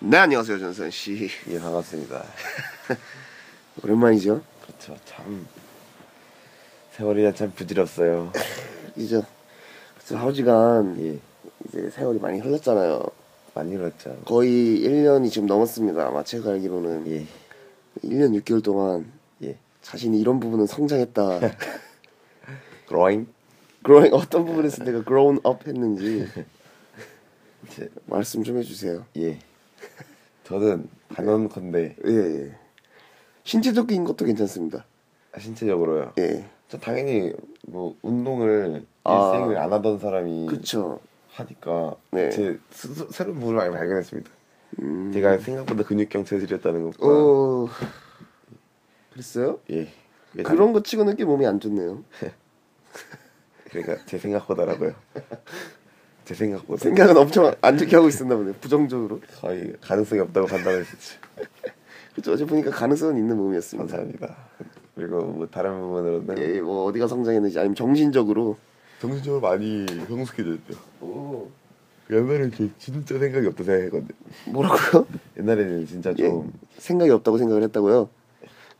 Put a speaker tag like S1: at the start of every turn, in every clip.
S1: 네 안녕하세요 전선 씨
S2: 예, 반갑습니다.
S1: 오랜만이죠
S2: 그렇죠. 참 세월이란 참 부질없어요.
S1: 이제 그래서 하우지간
S2: 예,
S1: 이제 세월이 많이 흘렀잖아요
S2: 많이 그렇죠. 울었죠.
S1: 거의 1년이 지금 넘었습니다 아마 제가 알기로는
S2: 예,
S1: 1년 6개월 동안
S2: 예.
S1: 자신이 이런 부분은 성장했다
S2: growing.
S1: growing 어떤 부분에서 내가 grown up 했는지
S2: 이제,
S1: 말씀 좀 해주세요
S2: 예. 저는 단언컨대
S1: 예예 신체적인 것도 괜찮습니다
S2: 예. 신체적으로요.
S1: 예
S2: 저 당연히 뭐 운동을
S1: 아.
S2: 일생을 안 하던 사람이
S1: 그쵸
S2: 하니까
S1: 네.
S2: 제 스스, 새로운 부분을 많이 발견했습니다.
S1: 음.
S2: 제가 생각보다 근육경 체질이었다는 것과
S1: 어 그랬어요
S2: 예. 왜
S1: 그런 거 치고는 꽤 몸이 안 좋네요
S2: 그러니까 제 생각보다라고요. 제 생각보다
S1: 생각은 엄청 안 좋게 하고 있었나 보네요. 부정적으로.
S2: 거의 가능성이 없다고 판단했었죠.
S1: 그쵸 어제 보니까 가능성은 있는 몸이었습니다.
S2: 감사합니다. 그리고 뭐 다른 부분으로는
S1: 예, 뭐 어디가 성장했는지 아니면 정신적으로.
S2: 정신적으로 많이 성숙해졌죠.
S1: 오.
S2: 옛날에는 저 진짜 생각이 없다 생각했거든요.
S1: 뭐라고요?
S2: 옛날에는 진짜
S1: 예.
S2: 좀
S1: 생각이 없다고 생각을 했다고요.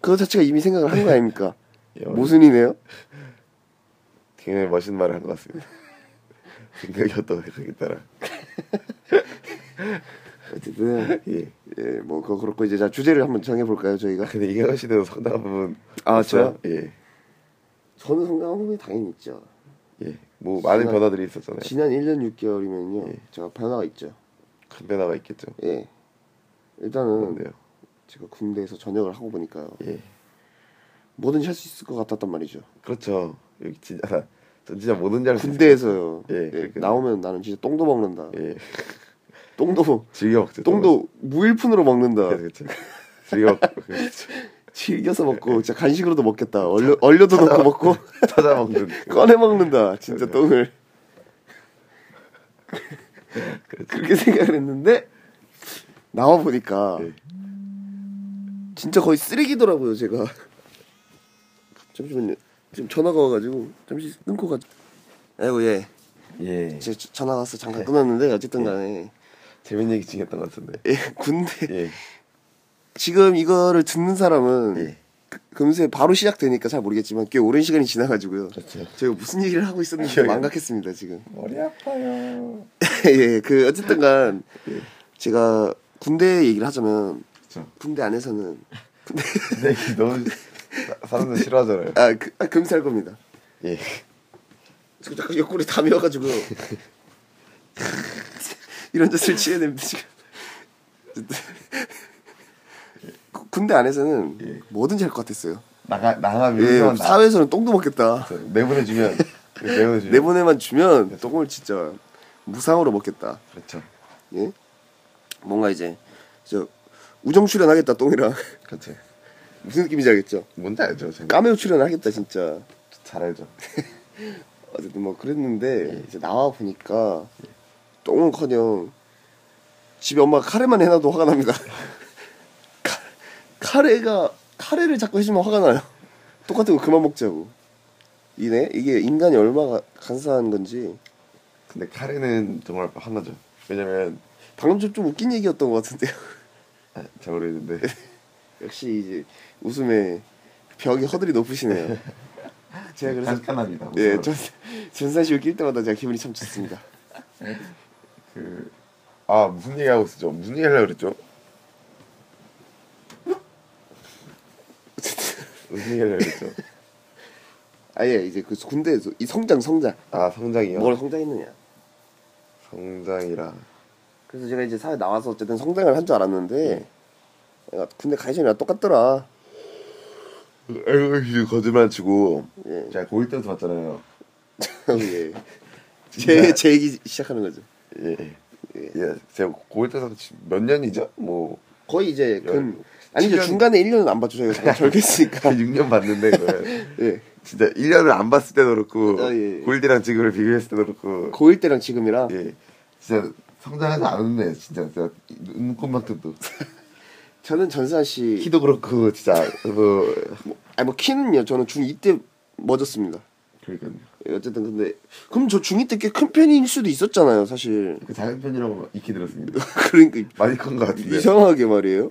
S1: 그거 자체가 이미 생각을 한 거 아닙니까?
S2: 예,
S1: 모순이네요.
S2: 굉장히 멋있는 말을 한 것 같습니다. 생각이 없다고 생각했더라.
S1: 어쨌든
S2: 예. 아,
S1: 예, 뭐 그거 그렇고 이제 자 주제를 한번 정해 볼까요, 저희가?
S2: 근데 이경호 씨도 상당한 부분
S1: 아,
S2: 있어요?
S1: 저요?
S2: 예.
S1: 저는 성장한 부분이 당연히 있죠.
S2: 예. 뭐 많은
S1: 지난-
S2: 변화들이 있었잖아요.
S1: 지난 1년 6개월이면요.
S2: 예.
S1: 제가 변화가 있죠.
S2: 큰 변화가 있겠죠.
S1: 예. 일단은
S2: 그런데요.
S1: 제가 군대에서 전역을 하고 보니까요.
S2: 예.
S1: 뭐든지 할 수 있을 것 같았단 말이죠.
S2: 그렇죠. 여기 진짜 전 진짜 뭐든지 할수
S1: 군대에서요.
S2: 예,
S1: 예,
S2: 그러니까요.
S1: 나오면 나는 진짜 똥도 먹는다.
S2: 예.
S1: 똥도
S2: 즐겨 먹죠.
S1: 똥도 무일푼으로 먹는다.
S2: 그렇죠. 즐겨 먹고 그렇죠.
S1: 즐겨서
S2: 예,
S1: 먹고 진짜 간식으로도 먹겠다. 얼려 얼려도 넣고 먹고
S2: 찾아 먹는 그,
S1: 꺼내 먹는다.
S2: 예,
S1: 진짜 똥을
S2: 그렇죠.
S1: 그렇게 생각을 했는데 나와 보니까
S2: 예.
S1: 진짜 거의 쓰레기더라고요. 제가 잠시만요. 지금 전화가 와가지고 잠시 끊고 가. 아이고 예.
S2: 예.
S1: 제 전화 와서 잠깐 끊었는데 어쨌든간에
S2: 재밌는 얘기 중이었던 것 같은데.
S1: 예, 군대
S2: 예.
S1: 지금 이거를 듣는 사람은
S2: 예.
S1: 그- 금세 바로 시작되니까 잘 모르겠지만 꽤 오랜 시간이 지나가지고요.
S2: 그렇죠.
S1: 제가 무슨 얘기를 하고 있었는지
S2: 기억이 안
S1: 망각했습니다 지금.
S2: 머리 아파요.
S1: 예, 그 어쨌든간
S2: 예.
S1: 제가 군대 얘기를 하자면
S2: 그렇죠.
S1: 군대 안에서는
S2: 근데 이게 너무 사- 사람들 싫어하잖아요.
S1: 아, 그, 아 금세 할 겁니다.
S2: 예.
S1: 저 잠깐 옆구리 다 메어가지고 이런 짓을 취해야 됩니다 지금. 구- 군대 안에서는
S2: 예.
S1: 뭐든지 할 것 같았어요.
S2: 나가 나가면
S1: 예,
S2: 일정한 나-
S1: 사회에서는 똥도 먹겠다.
S2: 그렇죠. 내보내주면 예, 내보내주면
S1: 내보내만 주면 똥을 진짜 무상으로 먹겠다.
S2: 그렇죠.
S1: 예? 뭔가 이제 저 우정 출연하겠다 똥이랑
S2: 그렇죠. 아.
S1: 무슨 느낌인지 알겠죠?
S2: 뭔지 알죠. 제가
S1: 까메오 출연하겠다 진짜.
S2: 잘 알죠.
S1: 어쨌든 뭐 그랬는데 이제 나와 보니까 똥은커녕 집에 엄마가 카레만 해놔도 화가 납니다. 카- 카레가 카레를 자꾸 해주면 화가 나요. 똑같은 거 그만 먹자고. 이네 이게 인간이 얼마나 간사한 건지
S2: 근데 카레는 정말 하나죠. 왜냐면
S1: 방금 좀, 좀 웃긴 얘기였던 것 같은데요.
S2: 아, 잘 모르겠는데
S1: 역시 이제 웃음에 벽이 허들이 높으시네요. 제가 그래서
S2: 잠깐합니다.
S1: 예, 전 전산 씨 웃길 때마다 제가 기분이 참 좋습니다.
S2: 그아 무슨 얘기 하고 있었죠? 무슨 얘기 하려고 그랬죠? 무슨 얘기 하려고 그랬죠?
S1: 아예 이제 그 군대에서 이 성장 성장
S2: 아 성장이요.
S1: 뭘 성장했느냐.
S2: 성장이라
S1: 그래서 제가 이제 사회 나와서 어쨌든 성장을 한 줄 알았는데 내가 군대 가기 전이랑 똑같더라.
S2: 알고 계시죠? 그 거짓말 치고
S1: 예.
S2: 제가 고1 때부터 봤잖아요.
S1: 예. 제, 제 얘기 시작하는 거죠.
S2: 예. 예. 제가 고1 때부터 지- 몇 년이죠? 뭐
S1: 거의 이제 근
S2: 열-
S1: 아니죠
S2: 칠년-
S1: 중간에 1년은 안 봤죠 저희가 절겠으니까.
S2: 6년 봤는데 그걸
S1: 예.
S2: 진짜 1년을 안 봤을 때도 그렇고
S1: 아, 예, 예.
S2: 고1 때랑 지금을 비교했을 때도 그렇고
S1: 고1 때랑 지금이랑
S2: 예. 진짜 성장해서 안 웃네. 진짜 제가 눈꼽만큼도
S1: 저는 전산 씨
S2: 키도 그렇고 진짜 뭐
S1: 뭐, 아니 뭐 키는요 저는 중2 때 머졌습니다
S2: 그러니까요.
S1: 어쨌든 근데 그럼 저 중2 때 꽤 큰 팬일 수도 있었잖아요 사실
S2: 그 작은 편이라고 익히 들었습니다.
S1: 그러니까
S2: 많이 큰 것 같은데.
S1: 이상하게 말이에요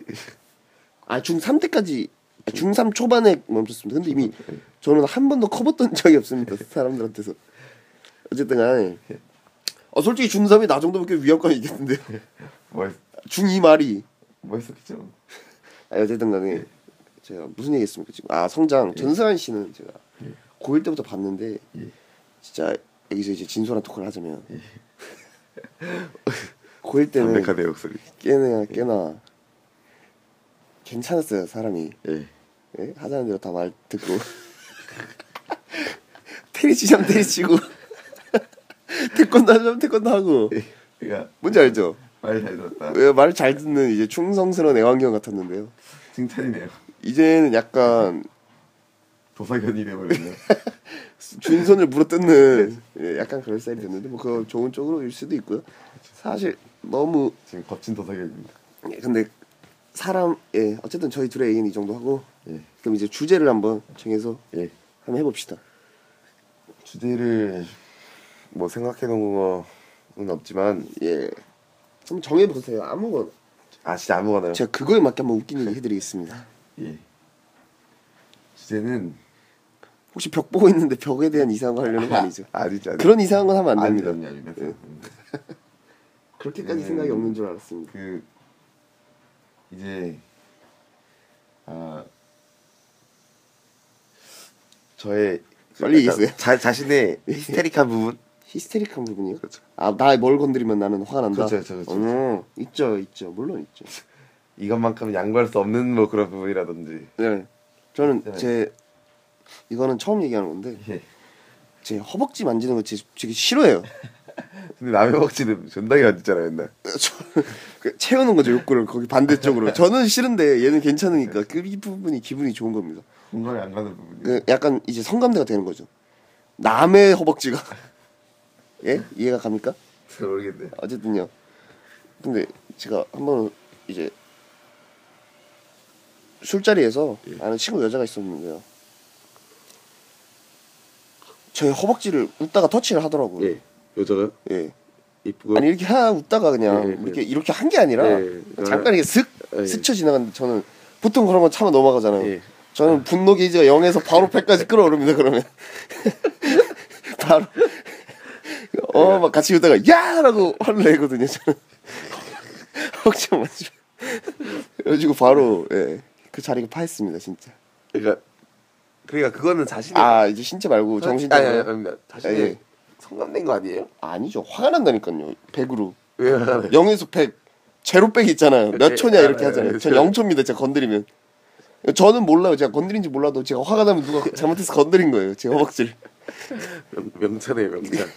S1: 아 중3 때까지 아, 중3 초반에 멈췄습니다 근데 이미 저는 한 번도 커봤던 적이 없습니다 사람들한테서 어쨌든 간에 아 솔직히 중3이 나 정도밖에 위압감이 있겠는데요
S2: 멋
S1: 중2 말이
S2: 멋있었겠죠.
S1: 아, 어쨌든 간에
S2: 네.
S1: 제가 무슨 얘기 했습니까 지금 아 성장 전승환 씨는 제가
S2: 네.
S1: 고1 때부터 봤는데
S2: 예.
S1: 진짜 여기서 이제 진솔한 토크를 하자면 고1 때는
S2: 네. 담백한 네. 내역 그 소리.
S1: 꽤나 꽤나 괜찮았어요 사람이
S2: 예.
S1: 예? 하자는 대로 다 말 듣고 테니치자면 테니치고 태권도 하자면 태권도 하고
S2: 그러니까
S1: 뭔지 알죠?
S2: 말잘 들었다.
S1: 예, 말을 잘 듣는 이제 충성스러운 애완견 같았는데요
S2: 칭찬이네요.
S1: 이제는 약간
S2: 도사견이 돼버렸네요.
S1: 준손을 물어뜯는 예, 약간 그런 스타일이 됐는데 뭐 그거 좋은 쪽으로일 수도 있고요. 사실 너무
S2: 지금 거친 도사견입니다.
S1: 예, 근데 사람 예 어쨌든 저희 둘의 얘기는 이 정도 하고
S2: 예.
S1: 그럼 이제 주제를 한번 정해서
S2: 예.
S1: 한번 해봅시다.
S2: 주제를 뭐 생각해 놓은 거는 없지만
S1: 예 한번 정해보세요 아무거나
S2: 아 진짜 아무거나요.
S1: 제가 그거에 맞게 한번 웃긴 얘기 해드리겠습니다.
S2: 예. 주제는
S1: 혹시 벽 보고 있는데 벽에 대한 이상한 거 하려는 거 아니죠?
S2: 아니죠. 아니죠.
S1: 그런 이상한 건 하면 안 됩니다.
S2: 아니 아니 아니.
S1: 그렇게까지
S2: 음.
S1: 생각이 없는 줄 알았습니다.
S2: 그 이제 아 저의
S1: 빨리
S2: 약간
S1: 얘기해주세요.
S2: 자, 예. 자신의 히스테릭한 부분
S1: 히스테리한 부분이요?
S2: 그렇죠.
S1: 아 나 뭘 건드리면 나는 화가 난다.
S2: 그렇죠, 그렇죠, 그렇죠.
S1: 음, 있죠, 있죠, 물론 있죠.
S2: 이것만큼 양보할 수 없는 뭐 그런 부분이라든지
S1: 네. 저는
S2: 네.
S1: 제 이거는 처음 얘기하는 건데
S2: 예.
S1: 제 허벅지 만지는 거 제- 되게 싫어해요.
S2: 근데 남의 먹지는 존나게 만지잖아요 맨날
S1: 저는 그 채우는 거죠 욕구를 거기 반대쪽으로. 저는 싫은데 얘는 괜찮으니까 그 이 부분이 기분이 좋은 겁니다.
S2: 공감이 안 가는 부분이
S1: 그 약간 이제 성감대가 되는 거죠. 남의 허벅지가 예 이해가 갑니까?
S2: 잘 모르겠네
S1: 어쨌든요. 근데 제가 한번 이제 술자리에서 아는 친구 여자가 있었는데요. 저의 허벅지를 웃다가 터치를 하더라고요. 예.
S2: 여자가 이쁘고
S1: 아니 이렇게 하 웃다가 그냥 뭐
S2: 예, 예,
S1: 이렇게 이렇게 한 게 아니라 그러니까
S2: 예, 예.
S1: 잠깐 이렇게 슥
S2: 예.
S1: 스쳐 지나갔는데 저는 보통 그런 건 참아 넘어가잖아요.
S2: 예.
S1: 저는 분노 게이지가 0에서 바로 100까지 끌어오릅니다. 그러면 바로 어
S2: 네.
S1: 막 같이 웃다가 야라고 화를 내거든요. 저는 혹시 맞지? 그래가지고 바로 예. 그 자리가 파했습니다 진짜.
S2: 그러니까 그러니까 그거는 자신의
S1: 아 이제 신체 말고
S2: 그 아니 아니
S1: 정신적으로
S2: 아닙니다 자신의
S1: 예.
S2: 성감된 거 아니에요?
S1: 아니죠 화가 난다니까요 100으로
S2: 왜 하나요?
S1: 0에서 100 제로백 있잖아요 네, 몇
S2: 예,
S1: 초냐 이렇게
S2: 알아요.
S1: 하잖아요
S2: 예,
S1: 전 0초입니다 제가 건드리면 저는 몰라요 제가 건드린지 몰라도 제가 화가 나면 누가 잘못해서 건드린 거예요 제 허벅지를
S2: 명- 명찬이에요 명찬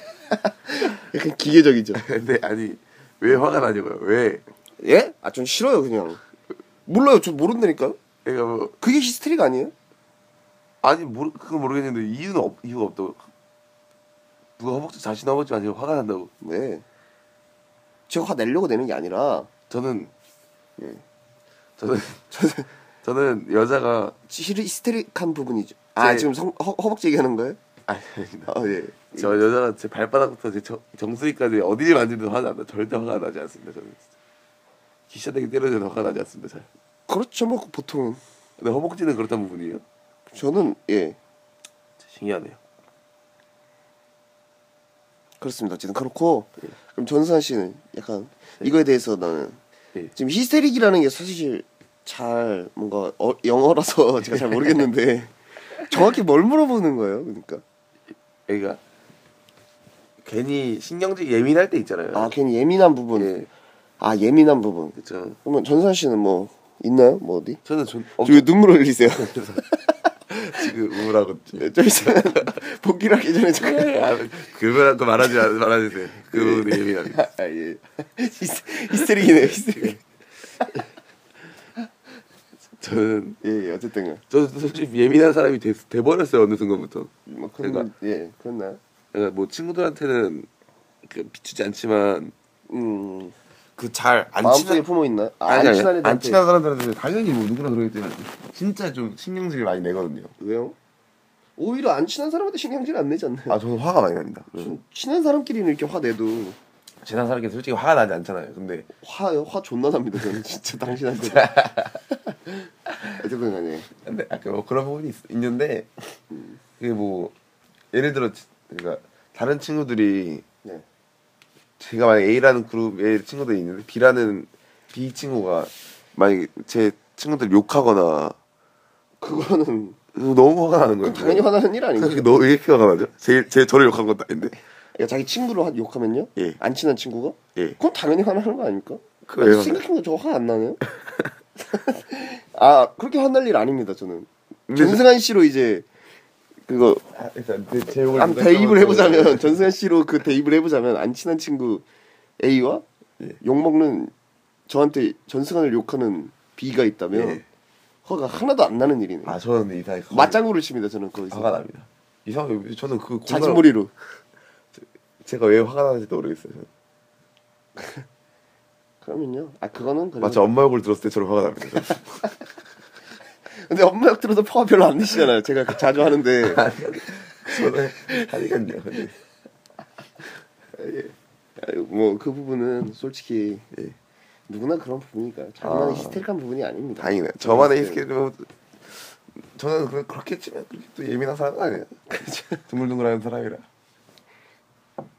S1: 약간 기계적이죠
S2: 근데 아니 왜 화가 나냐고요 왜
S1: 예? 아 전 싫어요 그냥 몰라요 전 모른다니까요
S2: 그러니까 뭐
S1: 그게 히스테릭 아니에요?
S2: 아니 모르 그건 모르겠는데 이유는 없 이유가 없다고 누가 허벅지 자신 허벅지 아니고 화가 난다고
S1: 네 제가 화 내려고 내는 게 아니라
S2: 저는
S1: 예.
S2: 저는 저는 여자가
S1: 히- 히스테릭한 부분이죠 아
S2: 제-
S1: 지금 성- 허, 허벅지 얘기하는 거예요?
S2: 아니 아닙니다
S1: 아예
S2: 저 여자가 제 발바닥부터 제 정- 정수리까지 어디를 만지든 화가 난다 절대 화가 나지 않습니다 저는 진짜 기시하게 때려줘도 화가 나지 않습니다 잘
S1: 그렇죠 뭐 보통은
S2: 근데 허벅지는 그렇다는 부분이에요
S1: 저는 예
S2: 신기하네요
S1: 그렇습니다. 어쨌든 그렇고 그럼 전수환 씨는 약간 이거에 대해서 나는
S2: 예.
S1: 지금 히스테릭이라는 게 사실 잘 뭔가 어- 영어라서 제가 잘 모르겠는데 정확히 뭘 물어보는 거예요? 그러니까
S2: 그러니까 괜히 신경질 예민할 때 있잖아요
S1: 아 괜히 예민한 부분
S2: 예.
S1: 아 예민한 부분
S2: 그렇죠
S1: 그러면 전수환 씨는 뭐 있나요? 뭐 어디?
S2: 저는 좀
S1: 저왜 눈물 흘리세요?
S2: 지금 우울하고 좀-
S1: 좀 있으면 복귀를 하기 전에 잠깐
S2: 아, 그거랑 또 말하지 마- 말아주세요. 그 부분이 예민합니다.
S1: 아, 예. 히스- 히스테릭이네요 히스테릭
S2: 저는
S1: 예, 예 어쨌든
S2: 저도 솔직히 예민한 사람이 돼, 돼버렸어요 어느 순간부터.
S1: 뭐 그런
S2: 그러니까-
S1: 예 그렇나요?
S2: 그러니까 뭐 친구들한테는 그 비추지 않지만
S1: 음
S2: 그 잘안
S1: 마음속에 품어 있나?
S2: 아니, 아니,
S1: 친한
S2: 안
S1: 애들한테-
S2: 친한 사람들한테는 당연히 뭐 누구나 그러겠지만 진짜 좀 신경질 많이 내거든요.
S1: 왜요? 오히려 안 친한 사람한테 신경질 안 내지 않나요?
S2: 아 저는 화가 많이 납니다. 그래서
S1: 좀 친한 사람끼리는 이렇게 화 내도
S2: 음. 지난 사람께 솔직히 화가 나지 않잖아요. 근데
S1: 화요 화 존나 납니다 저는 진짜 당신한테 어쨌든 간에
S2: 근데 약간 뭐 그런 부분이 있, 있는데 그게 뭐 예를 들어 지- 그러니까 다른 친구들이
S1: 네.
S2: 제가 만약 A라는 그룹의 친구들이 있는데 B라는 B 친구가 만약 제 친구들 욕하거나
S1: 그거는
S2: 너무 화가 나는 거예요.
S1: 당연히 화나는 일 아닌가요?
S2: 그게 너왜 이렇게 화가 나죠? 제, 제 저를 욕한 것도 아닌데
S1: 야, 그러니까 자기 친구를 하- 욕하면요?
S2: 예.
S1: 안 친한 친구가?
S2: 예.
S1: 그건 당연히 화나는 거 아닙니까?
S2: 그거 왜 화나요?
S1: 생각해보면 저 화 안 나네요? 아 그렇게 화날 일 아닙니다 저는
S2: 근데
S1: 전승환 씨로 이제 그거
S2: 아, 일단 제, 제 욕을 네.
S1: 한 대입을 해보자면 전승환 씨로 그 대입을 해보자면 안 친한 친구 A와
S2: 예.
S1: 욕먹는 저한테 전승환을 욕하는 B가 있다면
S2: 예.
S1: 화가 하나도 안 나는 일이네요
S2: 아 저는 이상
S1: 맞장구를 칩니다 저는
S2: 화가
S1: 거기서
S2: 납니다. 이상 저는 그 공감을-
S1: 자진몰이로
S2: 제가 왜 화가 나는지도 모르겠어요. 저는.
S1: 그러면요 아 그거는 그래도
S2: 마치 엄마 욕을 들었을 때 저를 화가 납니다. 저는.
S1: 근데 엄마 역 들어서 파워 별로 안 내시잖아요. 제가 그 자주 하는데
S2: 아, 네. 저는 하니깐요. 근데
S1: 뭐 그 부분은 솔직히
S2: 예.
S1: 누구나 그런 부분이니까 자기만의
S2: 아.
S1: 히스테릭한 부분이 아닙니다.
S2: 다행이네. 저만의 히스테리는 저는 그- 그렇게 치면 그렇게 또 예민한 사람은 아니에요. 둥글둥글한 그렇죠. 사람이라.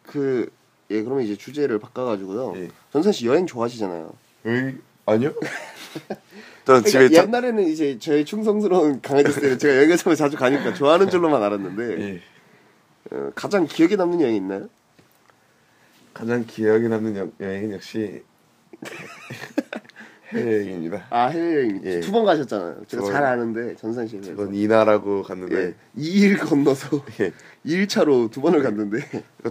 S1: 그예 그러면 이제 주제를 바꿔가지고요.
S2: 예.
S1: 전선 씨 여행 좋아하시잖아요.
S2: 에이 아니요? 저는
S1: 그러니까
S2: 집에 참
S1: 옛날에는 이제 저의 충성스러운 강아지 때는 제가 여행 가서 자주 가니까 좋아하는 줄로만 알았는데
S2: 예.
S1: 어, 가장 기억에 남는 여행 있나요?
S2: 가장 기억에 남는 여, 여행은 역시 해외여행입니다.
S1: 아 해외여행
S2: 예.
S1: 두 번 가셨잖아요. 제가
S2: 두
S1: 잘
S2: 번.
S1: 아는데 전선 씨.
S2: 저는 이나라고
S1: 예.
S2: 갔는데
S1: 2일 건너서
S2: 예.
S1: 2일차로 두 번을 갔는데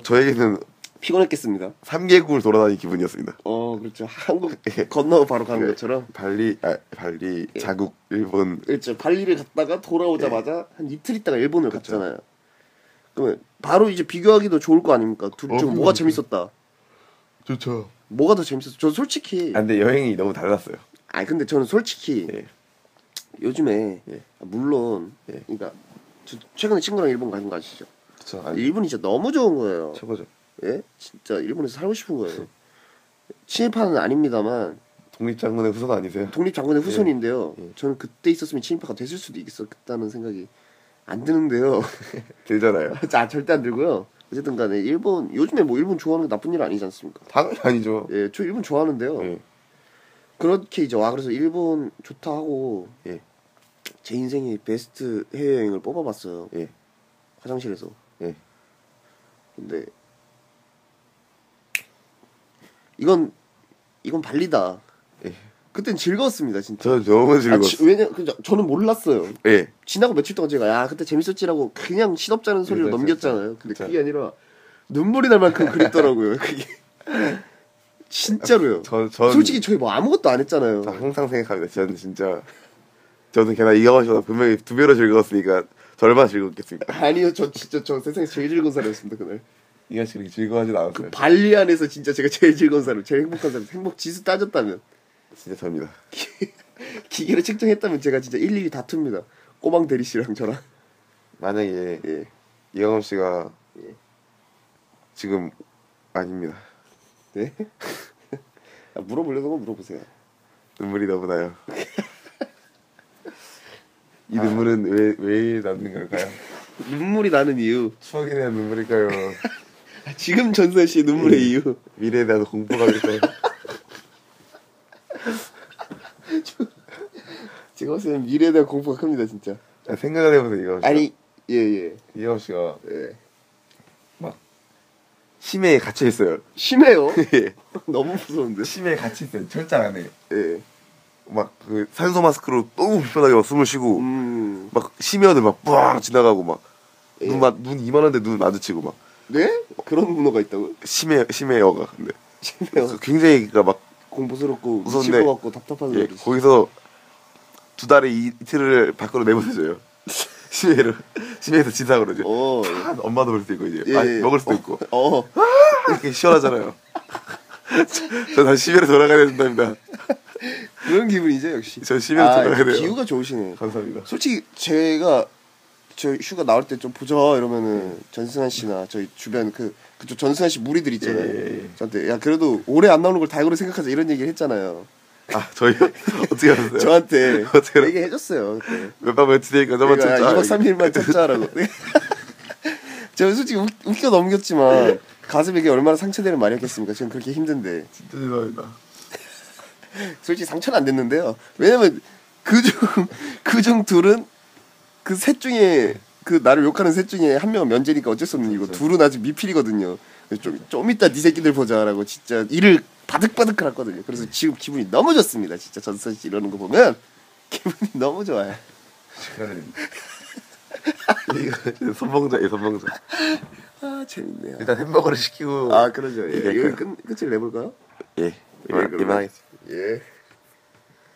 S2: 저에게는
S1: 피곤했겠습니다.
S2: 3개국을 돌아다닌 기분이었습니다.
S1: 어 그렇죠 한국 건너 바로 가는 것처럼
S2: 발리, 아, 발리, 자국, 일본
S1: 그렇죠 발리를 갔다가 돌아오자마자 한 이틀 있다가 일본을 갔잖아요 그러면 바로 이제 비교하기도 좋을 거 아닙니까 둘
S2: 어,
S1: 중
S2: 그럼요.
S1: 뭐가 재밌었다
S2: 좋죠.
S1: 뭐가 더 재밌었어 저 솔직히
S2: 아, 근데 여행이 너무 달랐어요.
S1: 아 근데 저는 솔직히
S2: 예.
S1: 요즘에
S2: 예.
S1: 물론
S2: 예.
S1: 그러니까 저 최근에 친구랑 일본 가는 거 아시죠
S2: 그쵸. 아니,
S1: 일본이 진짜 너무 좋은 거예요
S2: 최고죠.
S1: 예 진짜 일본에서 살고 싶은 거예요 친일파는 아닙니다만
S2: 독립장군의 후손 아니세요?
S1: 독립장군의 후손인데요.
S2: 예.
S1: 저는 그때 있었으면 친일파가 됐을 수도 있었겠다는 생각이 안 드는데요.
S2: 들잖아요.
S1: 자 절대 안 들고요. 어쨌든 간에 일본 요즘에 뭐 일본 좋아하는 게 나쁜 일 아니지 않습니까?
S2: 당연히 아니죠.
S1: 예, 저 일본 좋아하는데요.
S2: 예.
S1: 그렇게 이제 와 그래서 일본 좋다 하고
S2: 예.
S1: 제 인생의 베스트 해외여행을 뽑아봤어요.
S2: 예.
S1: 화장실에서.
S2: 예.
S1: 근데 이건 이건 발리다.
S2: 예.
S1: 그땐 즐거웠습니다 진짜.
S2: 저는 너무
S1: 아,
S2: 즐거웠어요.
S1: 지- 왜냐 그 저- 저는 몰랐어요.
S2: 예.
S1: 지나고 며칠 동안 제가 야 그때 재밌었지라고 그냥 시덥잖은 소리로
S2: 그렇죠,
S1: 넘겼잖아요. 근데
S2: 그렇죠.
S1: 그게 아니라 눈물이 날 만큼 그립더라고요. 그게 진짜로요.
S2: 저, 전
S1: 솔직히 저희 뭐 아무것도 안 했잖아요.
S2: 저 항상 생각합니다. 저는 진짜 저는 걔나 이거보다 분명히 두 배로 즐거웠으니까 절반 즐겁겠습니다.
S1: 아니요, 저 진짜 저 세상에서 제일 즐거운 사람이었습니다 그날.
S2: 이가 씨 그렇게 즐거워하진 않았어요.
S1: 그 발리 안에서 진짜 제가 제일 즐거운 사람, 제일 행복한 사람, 행복 지수 따졌다면
S2: 그, 진짜 저입니다.
S1: 기계로 측정했다면 제가 진짜 일일이 다툽니다. 꼬망 대리 씨랑 저랑.
S2: 만약에
S1: 예.
S2: 이영엄 씨가
S1: 예.
S2: 지금 아닙니다.
S1: 네. 아, 물어보려던 거 물어보세요.
S2: 눈물이 너무 나요. 이 눈물은 왜, 왜 남는 걸까요?
S1: 눈물이 나는 이유.
S2: 추억에 대한 눈물일까요?
S1: 아, 지금 전선 씨의
S2: 음.
S1: 눈물의 이유.
S2: 미래에 대한 공포감일까요?
S1: 제가 봤을 때는 미래에 대한 공포가 큽니다 진짜
S2: 자, 아, 생각을 해보세요, 이거.
S1: 아니 예예
S2: 이영 씨가
S1: 예, 예.
S2: 심해에 갇혀있어요.
S1: 심해요
S2: 예.
S1: 너무 무서운데
S2: 심해에 갇혀있어요. 철장 안에.
S1: 예.
S2: 막 그 산소 마스크로 너무 불편하게 막 숨을 쉬고,
S1: 음
S2: 막 심해하는데 막 뿌앙 지나가고 막.
S1: 예.
S2: 눈, 마, 눈 이만한데 눈 마주치고 막
S1: 네? 그런 문어가 있다고요?
S2: 심해 심해여가 근데
S1: 심해요
S2: 굉장히 그니까 막
S1: 공포스럽고 미칠
S2: 무서운데.
S1: 것 같고 답답한
S2: 예,
S1: 소리
S2: 거기서 두 달에 이- 이틀을 밖으로 내보내줘요. 심해로 심해에서 지상으로 이제
S1: 어, 예.
S2: 다 엄마도 볼 수도 있고 이제
S1: 예,
S2: 아니,
S1: 예.
S2: 먹을 수도 있고
S1: 어
S2: 이렇게 시원하잖아요. 저- 저 다시 심해로 돌아가야 된답니다.
S1: 그런 기분이죠 역시
S2: 저 심해로 돌아가야 돼요.
S1: 기후가 좋으시네
S2: 감사합니다.
S1: 솔직히 제가 저 휴가 나올 때 좀 보자 이러면은 전승환 씨나 저희 주변 그 그쪽 전승환 씨 무리들 있잖아요.
S2: 예, 예, 예.
S1: 저한테 야 그래도 올해 안 나오는 걸 다이고로 생각하자 이런 얘기를 했잖아요.
S2: 아 저희요? 어떻게
S1: 네.
S2: 하셨어요?
S1: 저한테
S2: 어떻게 알았-
S1: 얘기해줬어요. 그때.
S2: 몇밤 며칠이니까 저만
S1: 그러니까
S2: 찾자
S1: 2박 3일만 찾자라고. 제가 솔직히 웃, 웃겨 넘겼지만 가슴에게 얼마나 상처되는 말이었겠습니까? 지금 그렇게 힘든데
S2: 진짜 죄송합니다
S1: 솔직히 상처는 안 됐는데요. 왜냐면 그 그중그중 둘은 그 셋 중에 그 나를 욕하는 셋 중에 한 명은 면제니까 어쩔 수 없는 이고 둘은 아직 미필이거든요. 그래서 좀, 좀 이따 니 새끼들 보자라고 진짜 이를 바득바득 할거든요 그래서 지금 기분이 너무 좋습니다. 진짜 전선 씨 이러는 거 보면 기분이 너무 좋아요.
S2: 축하드립니다 이거 선봉자예요 선봉자
S1: 아 재밌네요.
S2: 일단 햄버거를 시키고
S1: 아 그러죠. 예.
S2: 이게
S1: 여기
S2: 그-
S1: 끝 끝을 내볼까요?
S2: 예 이만- 이만하겠습니다
S1: 예.